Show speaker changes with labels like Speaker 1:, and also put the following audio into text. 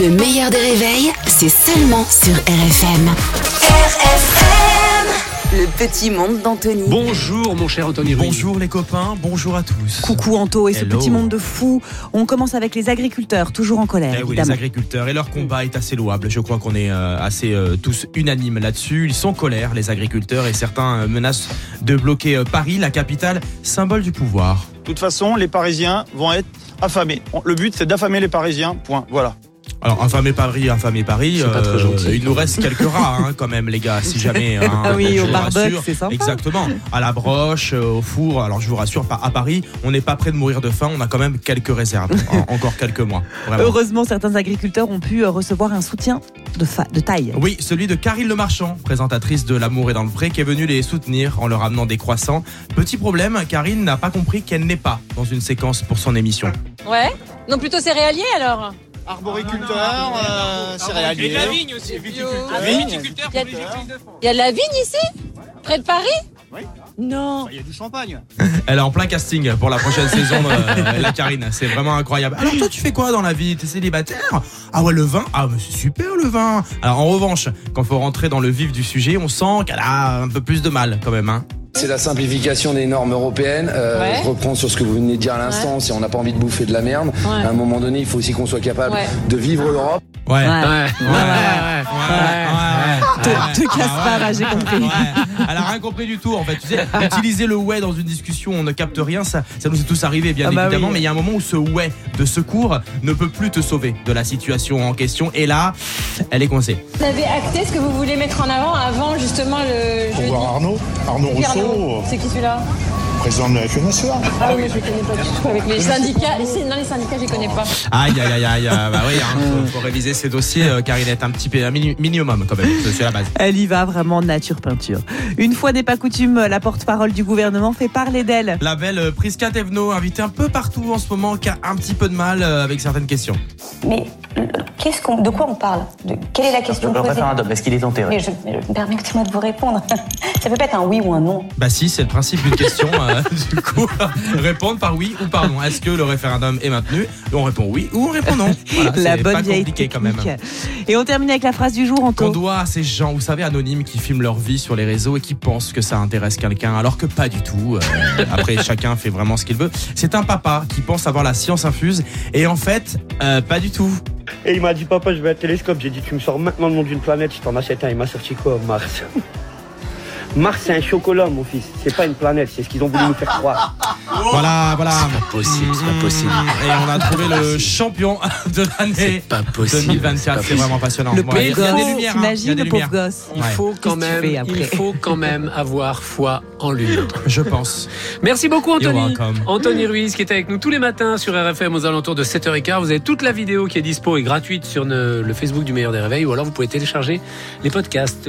Speaker 1: Le meilleur des réveils, c'est seulement sur RFM. RFM Le petit monde d'Anthony.
Speaker 2: Bonjour mon cher Anthony. Ruiz.
Speaker 3: Bonjour les copains, bonjour à tous.
Speaker 4: Coucou Anto et ce
Speaker 3: Hello.
Speaker 4: petit monde de fous. On commence avec les agriculteurs, toujours en colère,
Speaker 3: Eh oui, les
Speaker 4: évidemment.
Speaker 3: agriculteurs et leur combat est assez louable. Je crois qu'on est euh, assez euh, tous unanimes là-dessus. Ils sont en colère, les agriculteurs, et certains euh, menacent de bloquer euh, Paris, la capitale, symbole du pouvoir.
Speaker 5: De toute façon, les Parisiens vont être affamés. Le but, c'est d'affamer les Parisiens. Point. Voilà.
Speaker 3: Alors, infamé Paris, infamé Paris, euh,
Speaker 2: C'est pas très gentil.
Speaker 3: il nous reste quelques rats hein, quand même, les gars, si jamais. hein,
Speaker 4: Ah oui,
Speaker 3: je
Speaker 4: au
Speaker 3: vous
Speaker 4: barbecue,
Speaker 3: rassure.
Speaker 4: c'est sympa.
Speaker 3: Exactement, à la broche, euh, au four. Alors, je vous rassure, pas à Paris, on n'est pas près de mourir de faim, on a quand même quelques réserves, en- encore quelques mois. Vraiment.
Speaker 4: Heureusement, certains agriculteurs ont pu euh, recevoir un soutien de, fa- de taille.
Speaker 3: Oui, celui de Caril Le Marchand, présentatrice de L'amour et dans le pré, qui est venue les soutenir en leur amenant des croissants. Petit problème, Karine n'a pas compris qu'elle n'est pas dans une séquence pour son émission.
Speaker 6: Ouais. Non, plutôt céréalier alors.
Speaker 5: Arboriculteur, euh,
Speaker 7: Et de la vigne aussi, viticulteur.
Speaker 5: Ah, vigne.
Speaker 7: Viticulteur
Speaker 6: Il y a
Speaker 7: pour les
Speaker 5: de-
Speaker 7: gifles de fond.
Speaker 6: Il y a de la vigne ici Près de Paris
Speaker 5: Oui.
Speaker 6: Non.
Speaker 5: Il y a du champagne.
Speaker 3: Elle est en plein casting pour la prochaine saison, euh, la Karine. C'est vraiment incroyable. Alors toi, tu fais quoi dans la vie T'es célibataire Ah ouais, le vin Ah, mais c'est super le vin Alors en revanche, quand faut rentrer dans le vif du sujet, on sent qu'elle a un peu plus de mal quand même. Hein.
Speaker 8: C'est la simplification des normes européennes. Euh,
Speaker 6: Ouais.
Speaker 8: Je reprends sur ce que vous venez de dire à l'instant. Si on n'a pas envie de bouffer de la merde,
Speaker 6: Ouais.
Speaker 8: à un moment donné, il faut aussi qu'on soit capable
Speaker 6: Ouais.
Speaker 8: de vivre l'Europe.
Speaker 3: Ouais.
Speaker 4: Ouais.
Speaker 3: Ouais, ouais, ouais,
Speaker 4: Te-
Speaker 3: ouais,
Speaker 4: te
Speaker 3: ouais.
Speaker 4: casse
Speaker 3: Ah
Speaker 4: pas,
Speaker 3: ouais.
Speaker 4: là, j'ai compris.
Speaker 3: Ouais. Elle a rien compris du tout, en fait. Tu sais, utiliser le ouais dans une discussion, on ne capte rien, ça, ça nous est tous arrivé, bien
Speaker 4: Ah bah
Speaker 3: évidemment.
Speaker 4: oui.
Speaker 3: Mais il y a un moment où ce ouais de secours ne peut plus te sauver de la situation en question. Et là, elle est coincée.
Speaker 6: Vous avez acté ce que vous voulez mettre en avant avant justement le
Speaker 9: Au
Speaker 6: jeudi.
Speaker 9: revoir Arnaud, Arnaud Rousseau, euh,
Speaker 6: Arnaud. C'est qui celui-là
Speaker 9: président de la FNSEA.
Speaker 6: Ah oui, je ne connais pas du tout. Avec les syndicats. les sy- non, les syndicats, je les connais pas.
Speaker 3: Aïe, aïe, aïe, aïe. euh, Bah oui, hein, faut, faut réviser ces dossiers, euh, car il est un petit peu, un mini- minimum quand même. C'est c'est la base.
Speaker 4: Elle y va vraiment nature peinture. Une fois n'est pas coutume, la porte-parole du gouvernement fait parler d'elle.
Speaker 3: La belle euh, Prisca Tevno, invitée un peu partout en ce moment, qui a un petit peu de mal euh, avec certaines questions.
Speaker 10: Mais euh, qu'est-ce qu'on, de quoi on parle De- Quelle est la question posée
Speaker 7: parce qu'il est enterré.
Speaker 10: Mais je, je- permettez-moi de vous répondre. Ça peut pas être un oui ou un non.
Speaker 3: Bah si, c'est le principe d'une question. euh, du coup, répondre par oui ou par non. Est-ce que le référendum est maintenu On répond oui ou on répond non. Voilà,
Speaker 4: la
Speaker 3: c'est
Speaker 4: bonne
Speaker 3: pas
Speaker 4: vieille
Speaker 3: compliqué
Speaker 4: technique.
Speaker 3: quand même.
Speaker 4: Et on termine avec la phrase du jour,
Speaker 3: Qu'on
Speaker 4: Anto.
Speaker 3: doit à ces gens, vous savez, anonymes qui filment leur vie sur les réseaux et qui pensent que ça intéresse quelqu'un, alors que pas du tout. Euh, après, chacun fait vraiment ce qu'il veut. C'est un papa qui pense avoir la science infuse et en fait, euh, pas du tout.
Speaker 11: Et il m'a dit papa je veux un télescope, j'ai dit tu me sors maintenant le nom d'une planète, je t'en achète un, il m'a sorti quoi Mars Mars c'est un chocolat mon fils, c'est pas une planète, c'est ce qu'ils ont voulu nous faire croire.
Speaker 3: Voilà, voilà.
Speaker 2: Possible, c'est pas possible.
Speaker 3: Et on a trouvé le champion de l'année
Speaker 2: C'est pas possible.
Speaker 3: 2024. C'est vraiment passionnant.
Speaker 4: Le
Speaker 3: Bon, il y a- il y a des
Speaker 4: pauvre
Speaker 3: lumières,
Speaker 4: gosse,
Speaker 3: hein, il y a
Speaker 4: t'imagines,
Speaker 3: des
Speaker 4: le pauvre
Speaker 3: lumières.
Speaker 4: gosse.
Speaker 2: Il faut quand
Speaker 4: Qu'est-ce que tu fais
Speaker 2: même, il
Speaker 4: après
Speaker 2: faut quand même avoir foi en l'humain.
Speaker 3: Je pense.
Speaker 7: Merci beaucoup
Speaker 3: You're
Speaker 7: Anthony.
Speaker 3: welcome.
Speaker 7: Anthony Ruiz qui est avec nous tous les matins sur RFM aux alentours de 7h15. Vous avez toute la vidéo qui est dispo et gratuite sur ne- le Facebook du meilleur des réveils ou alors vous pouvez télécharger les podcasts.